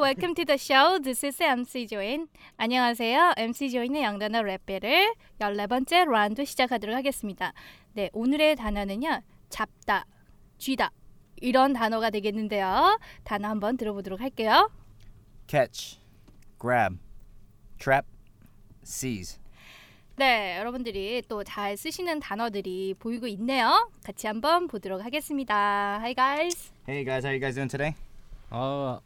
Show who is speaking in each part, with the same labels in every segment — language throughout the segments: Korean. Speaker 1: welcome to the show. This is MC 조인. 안녕하세요. MC 조인의 영단어 랩벨을 14번째 라운드 시작하도록 하겠습니다. 네, 오늘의 단어는요. 잡다, 쥐다 이런 단어가 되겠는데요. 단어 한번 들어보도록 할게요.
Speaker 2: catch, grab, trap, seize.
Speaker 1: 네, 여러분들이 또 잘 쓰시는 단어들이 보이고 있네요. 같이 한번 보도록 하겠습니다. Hi guys.
Speaker 2: Hey guys, how you guys doing today?
Speaker 3: Oh,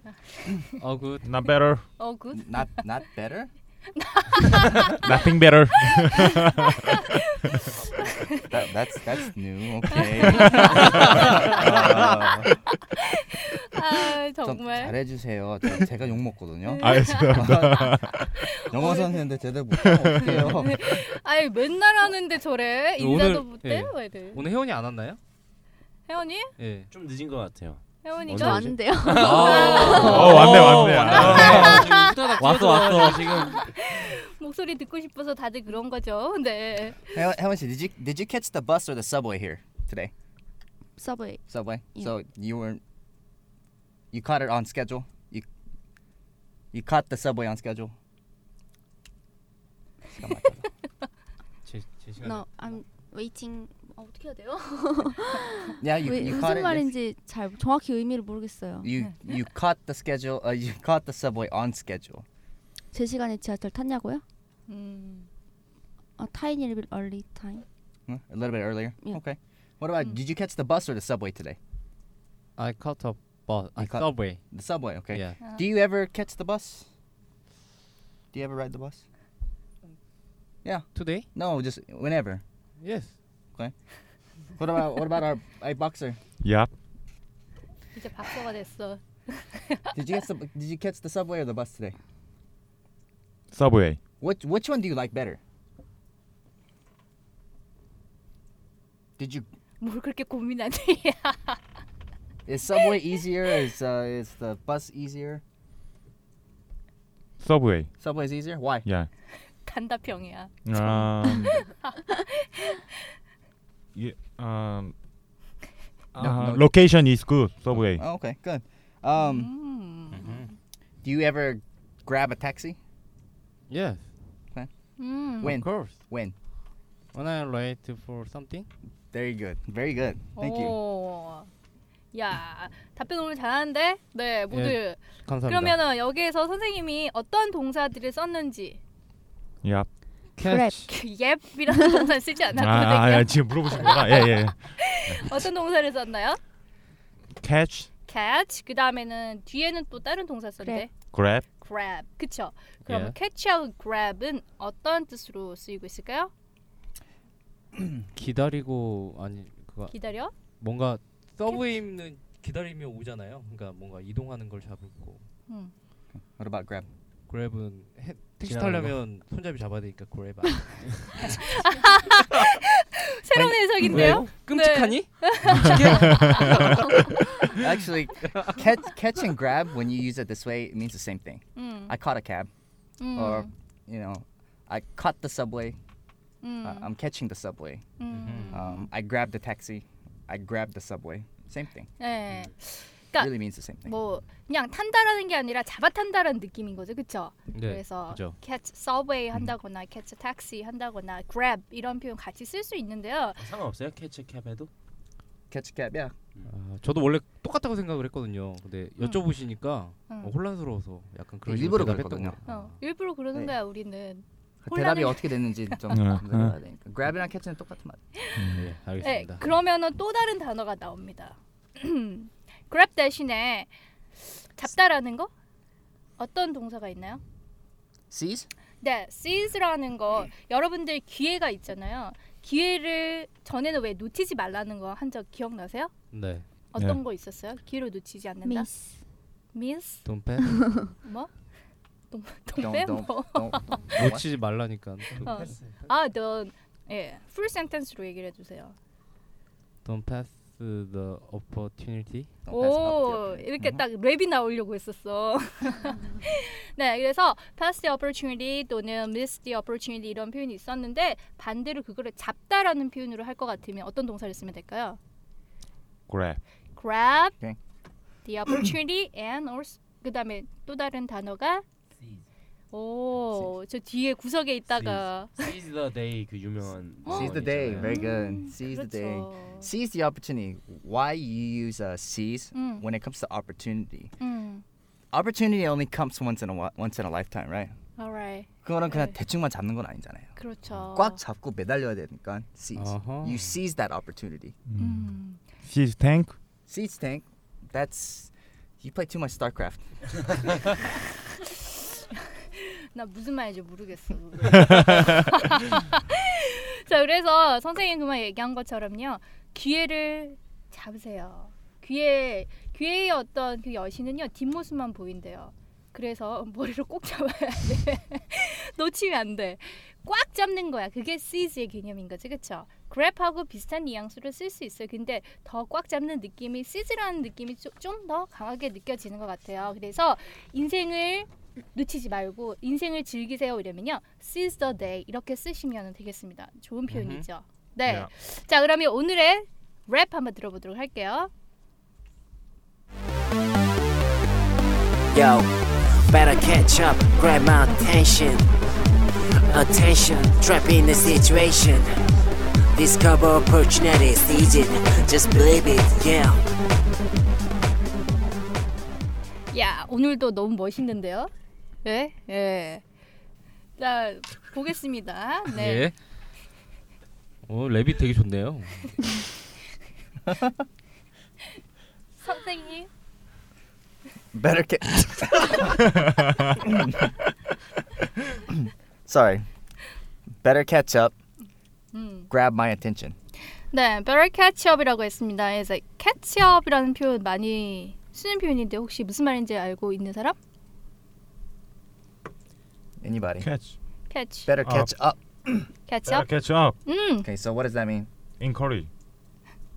Speaker 3: all good.
Speaker 4: Not better.
Speaker 1: Oh good.
Speaker 2: Not not better.
Speaker 4: Nothing better.
Speaker 2: That, that's that's new. Okay. Uh, 아,
Speaker 1: 아,
Speaker 2: 좀
Speaker 1: 정말.
Speaker 2: 잘해주세요. 저, 제가 욕 먹거든요.
Speaker 4: 아, 알겠습니다.
Speaker 2: 영어 선생인데 제대로 못해요.
Speaker 1: 아이 맨날 하는데 저래. 인사도
Speaker 3: 오늘-
Speaker 1: 못해. 왜 이래?
Speaker 3: 오늘 혜원이 안 왔나요?
Speaker 1: 혜원이?
Speaker 3: 예.
Speaker 5: 좀 늦은 것 같아요.
Speaker 1: 혜원이가
Speaker 5: 언제 오지?
Speaker 6: 안 돼요.
Speaker 3: 아,
Speaker 4: 어, 왔네, 왔네. 아.
Speaker 3: 왔어, 왔어. 지금
Speaker 1: 목소리 듣고 싶어서 다들 그런 거죠. 네.
Speaker 2: Helen, Helen, did you did you catch the bus or the subway here today?
Speaker 6: 서브웨이.
Speaker 2: Subway.
Speaker 6: Yeah.
Speaker 2: So you were you caught it on schedule. You you caught the subway on schedule.
Speaker 3: 제, 제 시간.
Speaker 6: No, I'm waiting. 아, 어떻게 해야 돼요?
Speaker 2: Yeah, you
Speaker 6: 왜,
Speaker 2: you caught it.
Speaker 6: 무슨
Speaker 2: yes.
Speaker 6: 말인지 잘 정확히 의미를 모르겠어요.
Speaker 2: You you caught the schedule. Uh, you caught the subway on schedule.
Speaker 6: 제 시간에 지하철 탔냐고요?
Speaker 1: 음.
Speaker 6: 아, tiny little bit early time.
Speaker 2: Hmm, A little bit earlier.
Speaker 6: Yeah.
Speaker 2: Okay. What about? Did you catch the bus or the subway today?
Speaker 3: I caught a bus. I
Speaker 2: You caught-
Speaker 3: subway.
Speaker 2: The subway. Okay.
Speaker 3: Yeah.
Speaker 2: Do you ever catch the bus? Do you ever ride the bus?
Speaker 3: Today?
Speaker 2: No, just whenever.
Speaker 3: Yes.
Speaker 2: What about what about our, our boxer?
Speaker 4: Yep.
Speaker 1: 이제 박사가 됐어.
Speaker 2: Did you catch the Did you catch the subway or the bus today?
Speaker 4: Subway.
Speaker 2: Which Which one do you like better? Did you
Speaker 1: 뭘 그렇게 고민하니?
Speaker 2: is subway easier? Is uh, is the bus easier?
Speaker 4: Subway.
Speaker 2: Subway's easier. Why?
Speaker 4: Yeah.
Speaker 1: 단답형이야.
Speaker 4: Um. yeah. Um. uh,
Speaker 2: no.
Speaker 4: Location is good. Subway.
Speaker 2: Oh, okay, good. Um,
Speaker 1: 음.
Speaker 2: do you ever grab a taxi?
Speaker 3: Yes.
Speaker 1: 음.
Speaker 2: When?
Speaker 3: Of course.
Speaker 2: When?
Speaker 3: When I late for something?
Speaker 2: Very good. Very good. Thank you.
Speaker 1: Oh. 오. 야, 답변 오늘 잘하는데? 네, 모두.
Speaker 3: 감사합니다.
Speaker 1: 그러면은 여기에서 선생님이 어떤 동사들을 썼는지 그
Speaker 4: Yep.
Speaker 3: catch.
Speaker 1: yep이라는 동사를 쓰지
Speaker 4: 아, 아, 아,
Speaker 1: 않았거든요. 네,
Speaker 4: 지금 물어보시구나. 예, 예.
Speaker 1: 어떤 동사를 썼나요?
Speaker 4: Catch,
Speaker 1: catch. 그다음에는 뒤에는 또 다른 동사 썼는데
Speaker 4: grab,
Speaker 1: grab. 그쵸? 그럼
Speaker 3: 예.
Speaker 1: catch하고 grab은 어떤 뜻으로 쓰이고 있을까요?
Speaker 3: 기다리고 아니 그거
Speaker 1: 기다려?
Speaker 3: 뭔가 서브웨이는 기다리며 오잖아요. 그러니까 뭔가 이동하는 걸 잡고
Speaker 1: 음.
Speaker 2: What about grab?
Speaker 3: 그랩은 해, 택시
Speaker 5: 지나가는 거.
Speaker 3: 타려면 손잡이 잡아야 되니까 그랩.
Speaker 1: 새로운 해석인데요?
Speaker 3: 네.
Speaker 1: 네.
Speaker 3: 끔찍하니? 네.
Speaker 2: Actually, catch catch and grab when you use it this way, it means the same thing.
Speaker 1: 음.
Speaker 3: 아,
Speaker 2: I caught a cab,
Speaker 1: 음.
Speaker 3: 어,
Speaker 2: or you know, I caught the subway.
Speaker 3: 아,
Speaker 1: 음.
Speaker 2: Uh, I'm catching the subway.
Speaker 1: 음.
Speaker 2: Um, I grabbed the taxi. I grabbed the subway. Same thing.
Speaker 1: 예. 그러니까
Speaker 2: really means the same thing.
Speaker 1: 뭐 그냥 탄다라는 게 아니라 잡아 탄다라는 느낌인 거죠, 그렇죠?
Speaker 3: 네.
Speaker 1: 그래서
Speaker 3: 그죠. 음.
Speaker 1: catch subway 한다거나 catch taxi 한다거나 grab 이런 표현 같이 쓸 수 있는데요.
Speaker 5: 아, 상관없어요? 캐치캡에도?
Speaker 2: Catch a cab, yeah.
Speaker 3: 아, 저도 원래 똑같다고 생각을 했거든요. 근데 여쭤보시니까
Speaker 1: 음.
Speaker 3: 어, 혼란스러워서 약간 그런
Speaker 2: 네,
Speaker 3: 식으로
Speaker 2: 일부러
Speaker 3: 대답했던
Speaker 2: 그랬거든요.
Speaker 3: 것 같아요.
Speaker 1: 어, 일부러 그러는
Speaker 2: 네.
Speaker 1: 거야 우리는.
Speaker 2: 대답이
Speaker 1: 혼란을-
Speaker 2: 어떻게 됐는지 좀
Speaker 4: 응,
Speaker 2: 생각해야 되니까. Grab이랑 catch는 똑같은 말.
Speaker 3: 네,
Speaker 1: 네,
Speaker 3: 알겠습니다.
Speaker 1: 그러면은 또 다른 단어가 나옵니다. grab 대신에 잡다라는 거 어떤 동사가 있나요?
Speaker 2: Seize?
Speaker 1: 네, seize라는 거 여러분들 기회가 있잖아요. 기회를 전에는 왜 놓치지 말라는 거 한 적 기억나세요?
Speaker 3: 네.
Speaker 1: 어떤 거 있었어요? 기회를 놓치지 않는다.
Speaker 6: Miss.
Speaker 1: miss
Speaker 3: 돈패
Speaker 1: 뭐? 돈- 돈
Speaker 2: Don't- don't-
Speaker 1: 빼고
Speaker 2: don't- don't-
Speaker 3: 놓치지 말라니까.
Speaker 1: 어. 아, 넌 예, 풀 센텐스로 얘기를 해 주세요.
Speaker 3: Don't pass the opportunity.
Speaker 2: don't pass
Speaker 1: 오,
Speaker 2: up the-
Speaker 1: Oh, 이렇게
Speaker 2: Mhm.
Speaker 1: 딱 랩이 나오려고 했었어. 네, 그래서 pass the opportunity 또는 miss the opportunity 이런 표현이 있었는데 반대로 그거를 잡다라는 표현으로 할 것 같으면 어떤 동사를 쓰면 될까요?
Speaker 4: grab.
Speaker 1: grab
Speaker 2: Okay.
Speaker 1: the opportunity and or 그다음에 또 다른 단어가 오 저 뒤에 구석에 있다가
Speaker 5: Seize the day 그
Speaker 1: 어.
Speaker 5: 유명한
Speaker 2: Seize
Speaker 1: Oh.
Speaker 2: the day.
Speaker 5: 영화잖아요.
Speaker 2: Very good. Seize the day. Seize the opportunity. Why you use uh, seize
Speaker 1: 음.
Speaker 2: when it comes to opportunity?
Speaker 1: 음.
Speaker 2: Opportunity only comes once in a wi- once in a lifetime, right?
Speaker 1: Alright.
Speaker 2: 그거는 그냥
Speaker 1: 네.
Speaker 2: 대충만 잡는 건 아니잖아요.
Speaker 1: 그렇죠.
Speaker 2: 꽉 잡고 매달려야 되니까 seize.
Speaker 3: 아하.
Speaker 2: You seize that opportunity.
Speaker 1: 음.
Speaker 4: She's tank.
Speaker 2: Seize tank. That's you play too much StarCraft.
Speaker 1: 나 무슨 말인지 모르겠어. 자, 그래서 선생님 그만 얘기한 것처럼요. 기회를 잡으세요. 기회 기회의 어떤 그 여신은요 뒷모습만 보인대요. 그래서 머리를 꼭 잡아야 돼. 놓치면 안 돼. 꽉 잡는 거야. 그게 seize의 개념인 거지, 그렇죠? grab하고 비슷한 뉘앙스로 쓸 수 있어요. 근데 더 꽉 잡는 느낌이 seize라는 느낌이 좀 더 강하게 느껴지는 것 같아요. 그래서 인생을 놓치지 말고 인생을 즐기세요 이러면요 seize the day 이렇게 쓰시면 되겠습니다. 좋은 표현이죠. 네.
Speaker 4: Yeah.
Speaker 1: 자 그러면 오늘의 랩 한번 들어보도록 할게요.
Speaker 7: Yo, better catch up, grab my attention. Attention, trapped in the situation. Discover opportunities, seize it, just believe it, yeah.
Speaker 1: 야 오늘도 너무 멋있는데요. 예 예. 자 보겠습니다. 네.
Speaker 3: 예. 어 랩이 되게 좋네요.
Speaker 1: 선생님
Speaker 2: Better get. Sorry. Better catch up.
Speaker 1: 음.
Speaker 2: Grab my attention.
Speaker 1: 네, better catch up이라고 했습니다. 그래서 catch up이라는 표현 많이 쓰는 표현인데 혹시 무슨 말인지 알고 있는 사람?
Speaker 2: Anybody?
Speaker 4: Catch.
Speaker 1: catch
Speaker 2: Better
Speaker 4: Up.
Speaker 2: catch up.
Speaker 1: catch
Speaker 4: Better
Speaker 1: up.
Speaker 4: catch up.
Speaker 1: 음,
Speaker 2: Okay, so what does that mean?
Speaker 4: Encourage.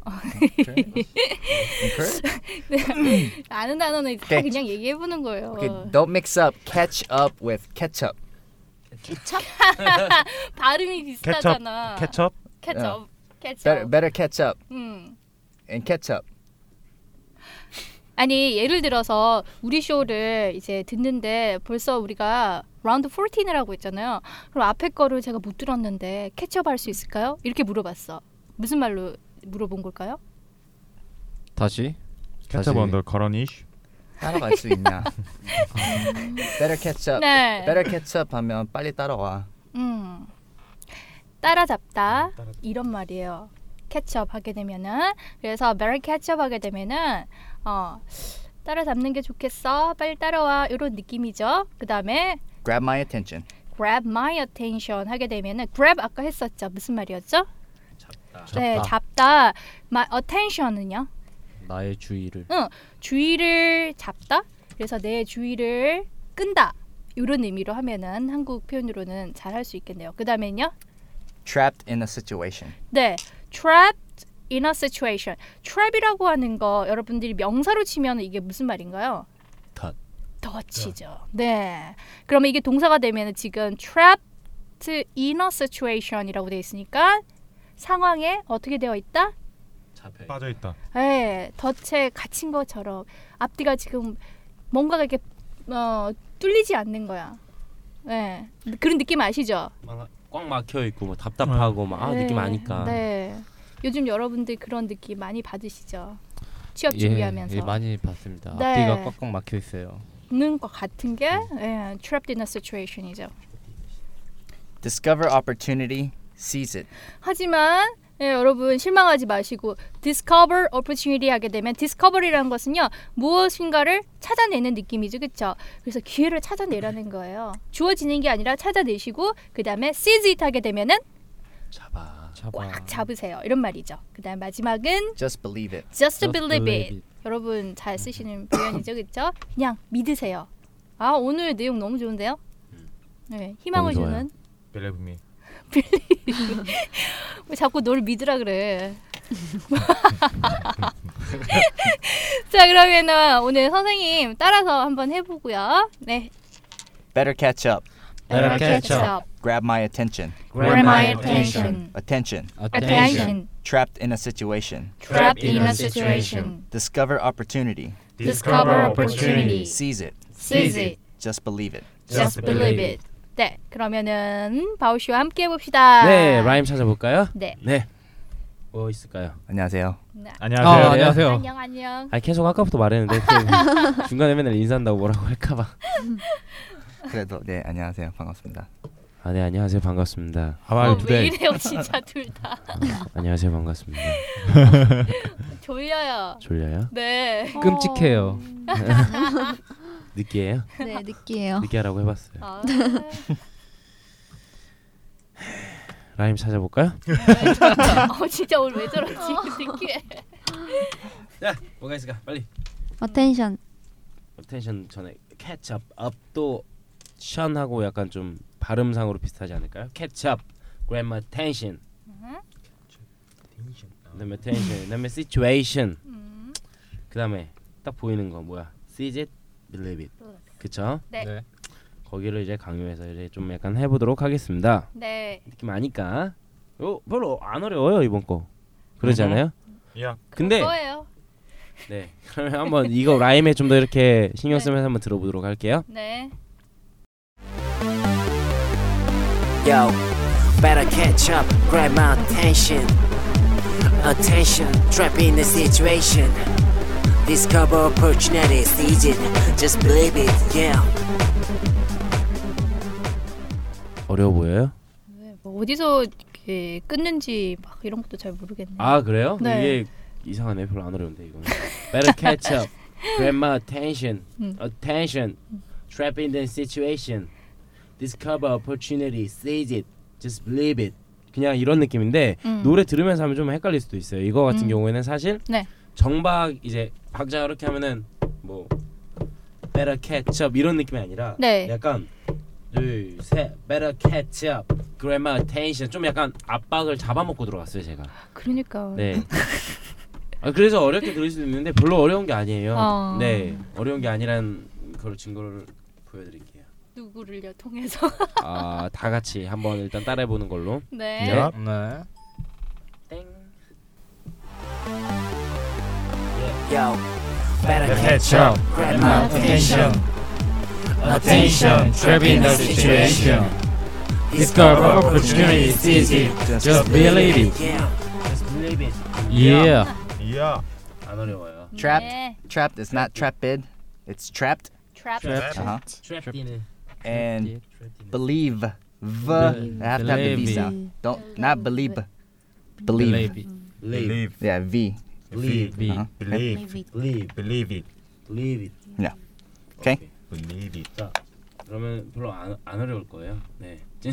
Speaker 2: Encourage? Encourage?
Speaker 1: 네. 아는 단어는 다
Speaker 2: Catch.
Speaker 1: 그냥 얘기해 보는 거예요.
Speaker 2: Okay, don't mix up catch up with ketchup.
Speaker 1: 발음이 비슷하잖아.
Speaker 4: Catch up.
Speaker 1: catch up. catch
Speaker 2: Better
Speaker 1: up.
Speaker 2: better catch up
Speaker 1: 음.
Speaker 2: and catch up.
Speaker 1: 아니 예를 들어서 우리 쇼를 이제 듣는데 벌써 우리가 라운드 14을 하고 있잖아요. 그럼 앞에 거를 제가 못 들었는데 캐치업 할 수 있을까요? 이렇게 물어봤어. 무슨 말로 물어본 걸까요?
Speaker 3: 다시.
Speaker 4: Catch up
Speaker 3: 다시.
Speaker 4: on the current issue.
Speaker 2: 따라갈 수 있냐? better catch up.
Speaker 1: 네.
Speaker 2: Better catch up 하면 빨리 따라와.
Speaker 1: 음. 따라잡다 이런 말이에요. 캐치업 하게 되면은 그래서 베리 캐치업 하게 되면은 어 따라잡는 게 좋겠어. 빨리 따라와. 이런 느낌이죠. 그다음에
Speaker 2: Grab my attention.
Speaker 1: grab my attention 하게 되면은 grab 아까 했었죠. 무슨 말이었죠?
Speaker 3: 잡다.
Speaker 1: 네, 잡다. My attention은요.
Speaker 3: 나의 주의를.
Speaker 1: 주의를 잡다. 그래서 내 주의를 끈다. 이런 의미로 하면은 한국 표현으로는 잘 할 수 있겠네요. 그다음에는요.
Speaker 2: Trapped in a situation.
Speaker 1: 네, trapped in a situation. trap이라고 하는 거 여러분들이 명사로 치면 이게 무슨 말인가요?
Speaker 5: 덫.
Speaker 1: 덫이죠. 네. 그러면 이게 동사가 되면 지금 trapped in a situation이라고 돼 있으니까 상황에 어떻게 되어 있다?
Speaker 5: 잡혀.
Speaker 4: 빠져 있다.
Speaker 1: 예, 덫에 갇힌 것처럼 앞뒤가 지금 뭔가가 이렇게 어, 뚫리지 않는 거야. 예, 그런 느낌 아시죠?
Speaker 5: 막- 꽉 막혀 있고 뭐 답답하고 막 아, 느낌
Speaker 1: 네,
Speaker 5: 아니까.
Speaker 1: 네. 요즘 여러분들 그런 느낌 많이 받으시죠? 취업
Speaker 3: 예,
Speaker 1: 준비하면서
Speaker 3: 많이 봤습니다.
Speaker 1: 네.
Speaker 3: 앞뒤가 꽉꽉 막혀 있어요.
Speaker 1: 있는 것 같은 게 예, trapped in a situation이죠.
Speaker 2: Discover opportunity, seize it.
Speaker 1: 하지만 예, 여러분 실망하지 마시고 discover opportunity 하게 되면 discover이라는 것은요 무엇인가를 찾아내는 느낌이죠, 그렇죠? 그래서 기회를 찾아내라는 거예요. 주어지는 게 아니라 찾아내시고 그 다음에 seize it 하게 되면은
Speaker 5: 잡아.
Speaker 3: 잡아.
Speaker 1: 꽉 잡으세요 이런 말이죠. 그다음 마지막은
Speaker 2: Just believe it.
Speaker 1: just,
Speaker 3: Just
Speaker 1: believe,
Speaker 3: believe 음.
Speaker 1: it. 여러분 잘 쓰시는 표현이죠, 그렇죠? 그냥 믿으세요. 아 오늘 내용 너무 좋은데요? 네, 희망을
Speaker 3: 음. 너무 좋아요.
Speaker 1: 주는
Speaker 4: Believe me.
Speaker 1: 왜 자꾸 널 믿으라 그래. 자 그러면은 오늘 선생님 따라서 한번 해보고요. 네.
Speaker 2: Better catch up.
Speaker 3: Better catch
Speaker 1: up.
Speaker 2: Grab my attention.
Speaker 1: Grab my attention.
Speaker 2: Attention.
Speaker 1: Attention.
Speaker 2: trapped in a situation,
Speaker 6: Trapped in a situation.
Speaker 2: discover opportunity,
Speaker 6: Discover opportunity.
Speaker 2: seize it,
Speaker 6: Seize it.
Speaker 2: just believe it.
Speaker 6: Just believe it.
Speaker 1: 네, 그러면은 바우 씨와 함께 해 봅시다.
Speaker 5: 네, 라임 찾아볼까요?
Speaker 1: 네.
Speaker 5: 네. 뭐 있을까요?
Speaker 2: 안녕하세요.
Speaker 4: 안녕하세요.
Speaker 5: 아, 안녕하세요.
Speaker 1: 안녕 안녕.
Speaker 5: 아 계속 아까부터 말했는데 또 중간에 맨날 인사한다고 뭐라고 할까봐.
Speaker 2: 그래도 네 안녕하세요 반갑습니다.
Speaker 5: 아 네 안녕하세요 반갑습니다.
Speaker 4: How are
Speaker 1: 어,
Speaker 4: you
Speaker 1: 왜
Speaker 4: today?
Speaker 1: 이래요, 진짜 둘 다.
Speaker 5: 안녕하세요 반갑습니다.
Speaker 1: 졸려요.
Speaker 5: 졸려요?
Speaker 1: 네.
Speaker 3: 끔찍해요.
Speaker 5: 느끼해요?
Speaker 6: 네, 느끼해요.
Speaker 5: 느끼하라고 해봤어요.
Speaker 1: 아,
Speaker 5: 라임 찾아볼까요?
Speaker 1: 어, 진짜 오늘 왜 저러지? 느끼해.
Speaker 5: 자 뭐가 있을까 빨리.
Speaker 6: 어텐션.
Speaker 5: 텐션 전에 케첩 업도 션하고 약간 좀 발음상으로 비슷하지 않을까요? 케첩, grandma tension. 그다음에 텐션, 그다음에 situation. 그다음에 딱 보이는 거 뭐야? Seize it, believe it. 그쵸?
Speaker 1: 네.
Speaker 3: 네.
Speaker 5: 거기를 이제 강요해서 이제 좀 약간 해보도록 하겠습니다.
Speaker 1: 네.
Speaker 5: 느낌 아니까. 요 별로 안 어려워요 이번 거. 그러지
Speaker 4: 음흠.
Speaker 5: 않아요?
Speaker 4: Yeah.
Speaker 5: 근데
Speaker 1: 그거예요.
Speaker 5: 네 그러면 한번 이거 라임에 좀 더 이렇게 신경 쓰면서 한번 들어보도록 할게요.
Speaker 1: 네.
Speaker 7: Yo, better catch up, grab my attention. Attention, trapped in the situation. Discover opportunities, seize it, just believe it, yeah.
Speaker 5: 어려워 보여요?
Speaker 1: 네, 뭐 어디서 이렇게 끊는지 막 이런 것도 잘 모르겠네요.
Speaker 5: 아 그래요?
Speaker 1: 네.
Speaker 5: 이게 이상하네 별로 안 어려운데 이거 Better catch up Grandma attention
Speaker 1: 음.
Speaker 5: Attention Trap in the situation Discover opportunity Seize it Just believe it 그냥 이런 느낌인데
Speaker 1: 음.
Speaker 5: 노래 들으면서 하면 좀 헷갈릴 수도 있어요 이거 같은
Speaker 1: 음.
Speaker 5: 경우에는 사실
Speaker 1: 네.
Speaker 5: 정박 이제 박자 이렇게 하면은 뭐 Better catch up 이런 느낌이 아니라
Speaker 1: 네.
Speaker 5: 약간 둘셋 Better catch up Grandma attention 좀 약간 압박을 잡아먹고 들어갔어요 제가
Speaker 1: 그러니까.
Speaker 5: 네. 아, 그래서 어렵게 들을 수도 있는데 별로 어려운 게 아니에요.
Speaker 1: 어.
Speaker 5: 네, 어려운 게 아니란 걸 증거를 보여드릴게요.
Speaker 1: 누구를요 통해서.
Speaker 5: 아, 다 같이 한번 일단 따라해보는 걸로.
Speaker 1: 네.
Speaker 5: 네.
Speaker 3: 네.
Speaker 5: 땡.
Speaker 7: Yo, better catch
Speaker 4: up.
Speaker 7: up, grab my attention. Attention, trapped in the situation. Discover opportunity, seize it, just believe it, yeah.
Speaker 5: Yeah.
Speaker 4: Yeah.
Speaker 5: 안 어려워요.
Speaker 2: Trapped,
Speaker 1: 네.
Speaker 2: trapped. It's not trapped. It's trapped.
Speaker 1: Trap.
Speaker 2: Uh huh.
Speaker 5: Trapped in.
Speaker 2: And believe. V. I have to have the V
Speaker 5: Believe.
Speaker 2: sound. Don't not believe. Believe.
Speaker 5: Leave.
Speaker 2: Yeah. V.
Speaker 5: Leave.
Speaker 3: 비.
Speaker 2: Uh-huh.
Speaker 5: Leave. Leave.
Speaker 4: Believe it.
Speaker 5: Leave it.
Speaker 2: Okay.
Speaker 4: Believe it.
Speaker 5: 그러면 별로 안, 안 어려울 거예요. 네.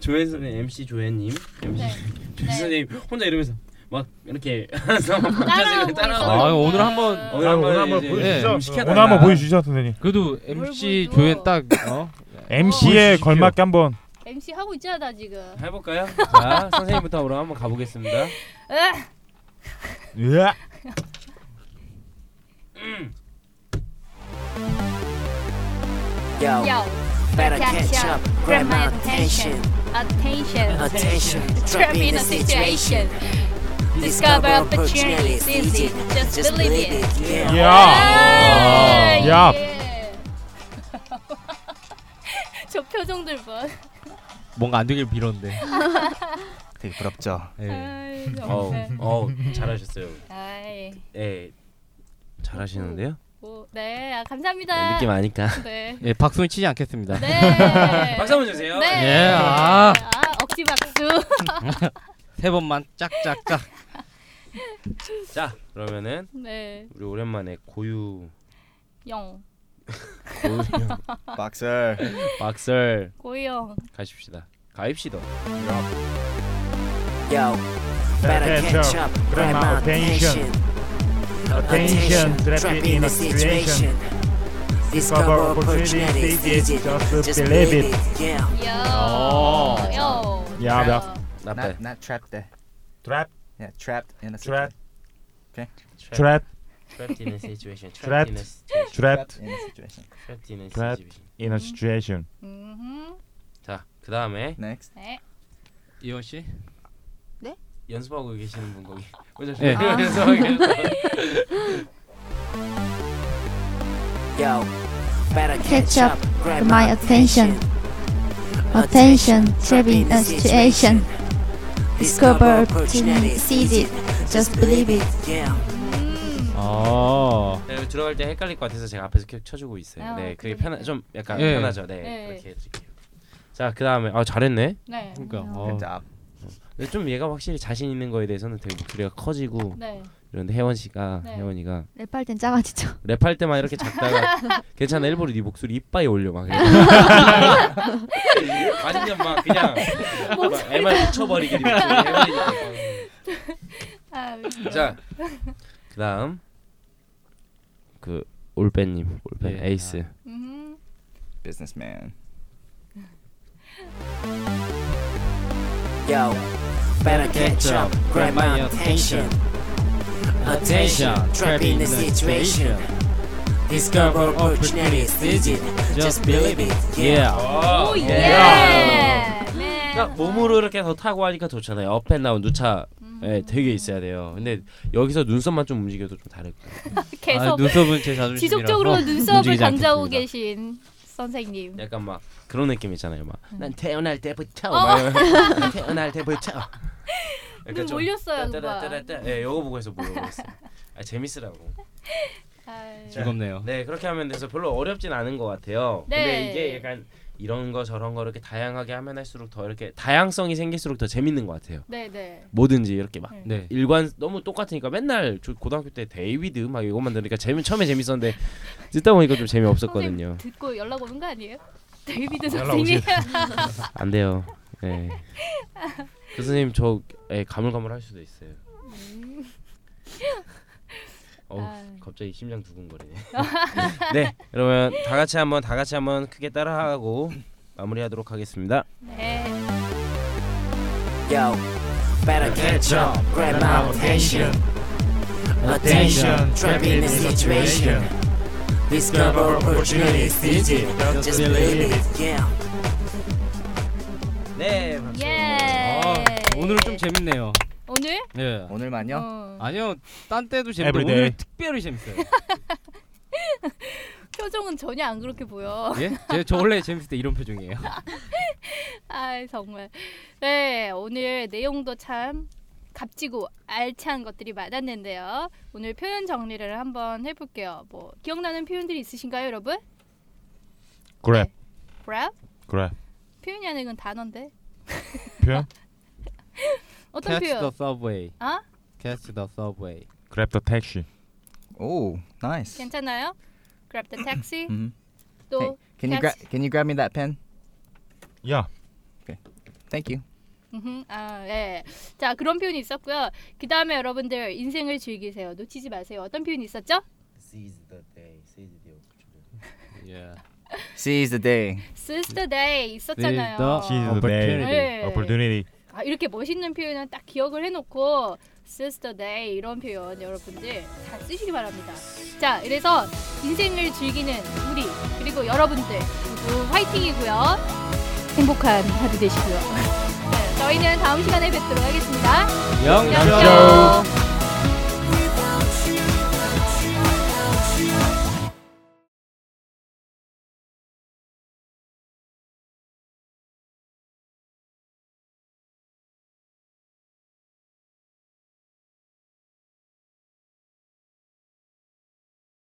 Speaker 5: 조혜 선생님, MC 조혜님, MC
Speaker 1: 네.
Speaker 5: 조혜
Speaker 1: 네.
Speaker 5: 선생님 혼자 이러면서 막 이렇게 하면서 막 박자식을
Speaker 3: 아,
Speaker 5: 따라하고. 어.
Speaker 3: 오늘 한번
Speaker 5: 오늘 한번 이제
Speaker 3: 보여주시죠.
Speaker 5: 좀 네. 시켜달라.
Speaker 4: 오늘 한번 보여주시죠 선생님.
Speaker 3: 그래도 MC 조연 딱 어?
Speaker 5: 네.
Speaker 4: MC에
Speaker 3: 보여주십시오.
Speaker 4: 걸맞게 한번.
Speaker 1: MC 하고 있잖아 나 지금.
Speaker 5: 해볼까요? 자, 선생님부터 오늘 한번 가보겠습니다.
Speaker 1: 으악!
Speaker 4: Yeah.
Speaker 7: Yo,
Speaker 1: Yo.
Speaker 7: better catch up, grab my attention.
Speaker 1: Attention.
Speaker 7: Attention,
Speaker 1: Trap
Speaker 7: trapped
Speaker 1: in
Speaker 7: in
Speaker 1: a
Speaker 7: the situation.
Speaker 1: situation. Discover opportunity.
Speaker 7: opportunities,
Speaker 1: Seize it. Just believe it.
Speaker 7: yeah.
Speaker 4: Yeah.
Speaker 1: 에이,
Speaker 5: 예.
Speaker 3: 아,
Speaker 4: Yeah.
Speaker 1: 아, 예. 저 표정들 봐.
Speaker 3: 뭔가 안 되길 빌었는데.
Speaker 2: 되게 부럽죠.
Speaker 3: 예.
Speaker 1: 아이,
Speaker 5: 네. 어우,
Speaker 1: 정말.
Speaker 5: 어우, 잘하셨어요.
Speaker 1: 네. 아이,
Speaker 5: 예, 잘하시는데요?
Speaker 1: 뭐, 네, 아, 감사합니다.
Speaker 5: 네, 느낌 아니까.
Speaker 1: 네.
Speaker 3: 예, 박수는 치지 않겠습니다.
Speaker 1: 네.
Speaker 5: 박수 한번 주세요.
Speaker 1: 네.
Speaker 3: 예, 아.
Speaker 1: 억지 박수.
Speaker 3: 세 번만 짝짝짝.
Speaker 5: 자, 그러면은
Speaker 1: 네.
Speaker 5: 우리 오랜만에 고유
Speaker 1: 영.
Speaker 5: 고유
Speaker 2: Boxer.
Speaker 5: 박설
Speaker 1: 고영.
Speaker 5: 가십시다. 가입시다.
Speaker 7: Yo, better catch up, grab my attention. Attention, trapped in a situation. Discover opportunities, seize it, just believe it, yeah.
Speaker 1: 여.
Speaker 5: 어.
Speaker 1: 여.
Speaker 4: 야, 나-
Speaker 1: 여.
Speaker 2: Not
Speaker 5: Not bad.
Speaker 2: not trapped. eh.
Speaker 4: Trap.
Speaker 2: Yeah. Trapped in a.
Speaker 4: Trap.
Speaker 5: Trapped
Speaker 4: Trap.
Speaker 5: trapped in a situation.
Speaker 4: Trapped.
Speaker 5: Trapped in a situation.
Speaker 4: Trap.
Speaker 2: in a situation.
Speaker 5: Trapped in a
Speaker 4: Trapped.
Speaker 5: situation.
Speaker 4: In a situation.
Speaker 1: 음흠.
Speaker 5: 자, 그 다음에
Speaker 2: Next.
Speaker 1: 네.
Speaker 3: 이원 씨.
Speaker 6: 네?
Speaker 5: 연습하고 계시는 분 거기.
Speaker 3: 예.
Speaker 5: 아. 연습하고 계셔서.
Speaker 7: Yo, better
Speaker 6: Catch
Speaker 7: catch up, grab
Speaker 6: my
Speaker 7: my
Speaker 6: attention.
Speaker 7: attention. Attention,
Speaker 6: Attention, trapping
Speaker 7: trapping
Speaker 6: a
Speaker 7: a
Speaker 6: situation.
Speaker 7: situation.
Speaker 6: Discover
Speaker 7: Discover
Speaker 6: opportunity,
Speaker 7: opportunity,
Speaker 6: seize it, just believe it.
Speaker 7: Yeah.
Speaker 3: 아.
Speaker 5: 네, 들어갈 때 헷갈릴 것 같아서 제가 앞에서 계속 쳐주고 있어요.
Speaker 1: 아,
Speaker 5: 네, 그게
Speaker 1: 그러니까.
Speaker 5: 편하 좀 약간
Speaker 3: 예.
Speaker 5: 편하죠. 네,
Speaker 1: 예.
Speaker 5: 그렇게 해드릴게요. 자, 그 다음에 아 잘했네.
Speaker 1: 네.
Speaker 3: 그러니까.
Speaker 2: Good
Speaker 5: Oh.
Speaker 3: 어.
Speaker 2: job.
Speaker 5: 근데 좀 얘가 확실히 자신 있는 거에 대해서는 되게 목소리가 커지고
Speaker 1: 네.
Speaker 5: 이런데 혜원 씨가
Speaker 1: 네.
Speaker 5: 혜원이가
Speaker 6: 랩할 땐 작아지죠.
Speaker 5: 랩할 때만 이렇게 작다가 괜찮아 일부러 네 목소리 이빨에 올려 막 이래. 완전 막 그냥 막 애말 붙여버리게 네 목소리 혜원이니까.
Speaker 1: 아,
Speaker 5: 자, 그다음 그 올빼님
Speaker 3: 예.
Speaker 5: 올빼 에이스.
Speaker 1: 음.
Speaker 2: Businessman.
Speaker 7: Yo, better catch up, grab my attention. Attention, trapping the situation. Discover opportunity, seize it,
Speaker 1: 아,
Speaker 7: just believe it. Yeah.
Speaker 5: 어,
Speaker 1: 오 예. 네.
Speaker 5: 그러니까 몸으로 이렇게 더 타고 하니까 좋잖아요. 업앤 다운 누차 예, 되게 있어야 돼요. 근데 여기서 눈썹만 좀 움직여도 좀 다를 거예요.
Speaker 1: 계속
Speaker 3: 아, 눈썹은 제 자존심이라서.
Speaker 1: 지속적으로 눈썹을
Speaker 5: 아, 움직이지
Speaker 1: 강조하고
Speaker 5: 않겠습니다. 예.
Speaker 1: 계신 선생님.
Speaker 5: 약간 막 그런 느낌 있잖아요. 막 난 태어날 때부터
Speaker 1: 음. 어.
Speaker 5: 막 이러면서 난 태어날 때부터 약간
Speaker 1: 눈
Speaker 5: 좀
Speaker 1: 몰렸어요, 그거.
Speaker 5: 따따라 따따라 따- 예, 요거 보고 해서 모르고 있어요. 아, 재밌으라고.
Speaker 1: 아유.
Speaker 3: 즐겁네요.
Speaker 5: 네, 그렇게 하면 돼서 별로 어렵진 않은 것 같아요.
Speaker 1: 네.
Speaker 5: 근데 이게 약간 이런 거 저런 거 이렇게 다양하게 하면 할수록 더 이렇게 다양성이 생길수록 더 재밌는 것 같아요.
Speaker 1: 네, 네.
Speaker 5: 뭐든지 이렇게 막
Speaker 3: 네.
Speaker 5: 일관 너무 똑같으니까 맨날 저 고등학교 때 데이비드 막 이것만 들으니까 재미 처음에 재밌었는데 듣다 보니까 좀 재미 없었거든요.
Speaker 1: 선생님 듣고 연락 오는 거 아니에요? 데이비드
Speaker 3: 연락
Speaker 1: 선생님.
Speaker 5: 안 돼요. 네. 교수님 저 예, 가물가물할 수도 있어요. 어,
Speaker 1: 아유.
Speaker 5: 우 갑자기 심장 두근거리네. 네, 그러면 다 같이 한번 다 같이 한번 크게 따라하고 마무리하도록 하겠습니다.
Speaker 1: 네.
Speaker 7: Yo, better catch up, grab my attention. Attention, trapped in the situation. Discover opportunity, seize it, just believe it. Yeah.
Speaker 5: 네. 박수.
Speaker 1: 예.
Speaker 3: 아, 오늘은 좀 재밌네요.
Speaker 1: 오늘?
Speaker 3: 예.
Speaker 5: Uh-huh.
Speaker 2: 오늘만요.
Speaker 1: 어.
Speaker 3: 아니요, 딴 때도 재밌는데
Speaker 4: Everyday.
Speaker 3: 오늘 특별히 재밌어요.
Speaker 1: 표정은 전혀 안 그렇게 보여.
Speaker 3: 예? 제, 저 원래 재밌을 때 이런 표정이에요.
Speaker 1: 아 정말 네 오늘 내용도 참 값지고 알찬 것들이 많았는데요 오늘 표현 정리를 한번 해볼게요 뭐 기억나는 표현들이 있으신가요 여러분?
Speaker 4: 그래
Speaker 1: 브라
Speaker 4: 그래
Speaker 1: 표현이 아니라 이건 단어인데
Speaker 4: 표현
Speaker 1: 어떤
Speaker 3: Catch the
Speaker 1: 표현?
Speaker 3: subway.
Speaker 1: 아
Speaker 3: Catch the subway.
Speaker 4: 그랩 더 택시
Speaker 2: Oh, nice.
Speaker 1: 괜찮아요? Grab the taxi
Speaker 2: Mhm.
Speaker 1: 또
Speaker 2: Can you grab
Speaker 1: Taxi.
Speaker 2: Can you grab me that pen?
Speaker 4: 야
Speaker 2: Thank you.
Speaker 1: 음흠, 아, 예. 자 그런 표현이 있었고요 그 다음에 여러분들 인생을 즐기세요 놓치지 마세요 어떤 표현이 있었죠?
Speaker 5: Seize the day, seize the opportunity.
Speaker 3: Yeah.
Speaker 2: Seize the day.
Speaker 1: Seize the day 있었잖아요
Speaker 4: Seize the day
Speaker 1: 네.
Speaker 4: opportunity
Speaker 1: 아, 이렇게 멋있는 표현은 딱 기억을 해놓고 Seize the day 이런 표현 여러분들 다 쓰시기 바랍니다. 자, 그래서 인생을 즐기는 우리 그리고 여러분들 모두 화이팅이고요. 행복한 하루 되시고요. 네, 저희는 다음 시간에 뵙도록 하겠습니다.
Speaker 3: 영쇼.
Speaker 1: 안녕.